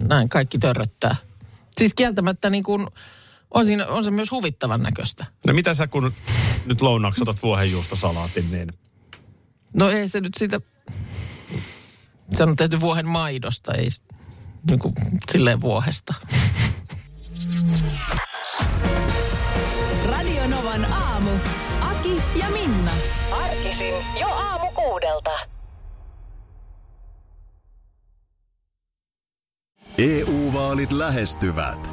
[SPEAKER 3] näin kaikki törröttää. Siis kieltämättä niin kuin, on, siinä, on se myös huvittavan näköistä.
[SPEAKER 2] No mitä sä kun nyt lounaaksi otat vuohenjuustosalaatin, niin
[SPEAKER 3] No ei se nyt sitä, se on tehty vuohen maidosta, ei s- niin kuin silleen vuohesta.
[SPEAKER 1] Radio Novan aamu. Aki ja Minna.
[SPEAKER 9] Arkisin jo aamu kuudelta.
[SPEAKER 5] EU-vaalit E lähestyvät.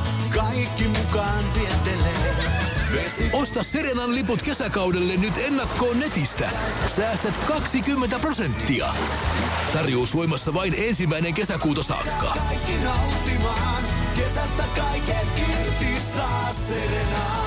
[SPEAKER 6] kaikki mukaan vientelee. Vesi...
[SPEAKER 7] Osta Serenan liput kesäkaudelle nyt ennakkoon netistä. Säästät 20 prosenttia. Tarjous voimassa vain ensimmäinen kesäkuuta saakka.
[SPEAKER 6] Kaikki nauttimaan, kesästä kaiken irti saa Serena.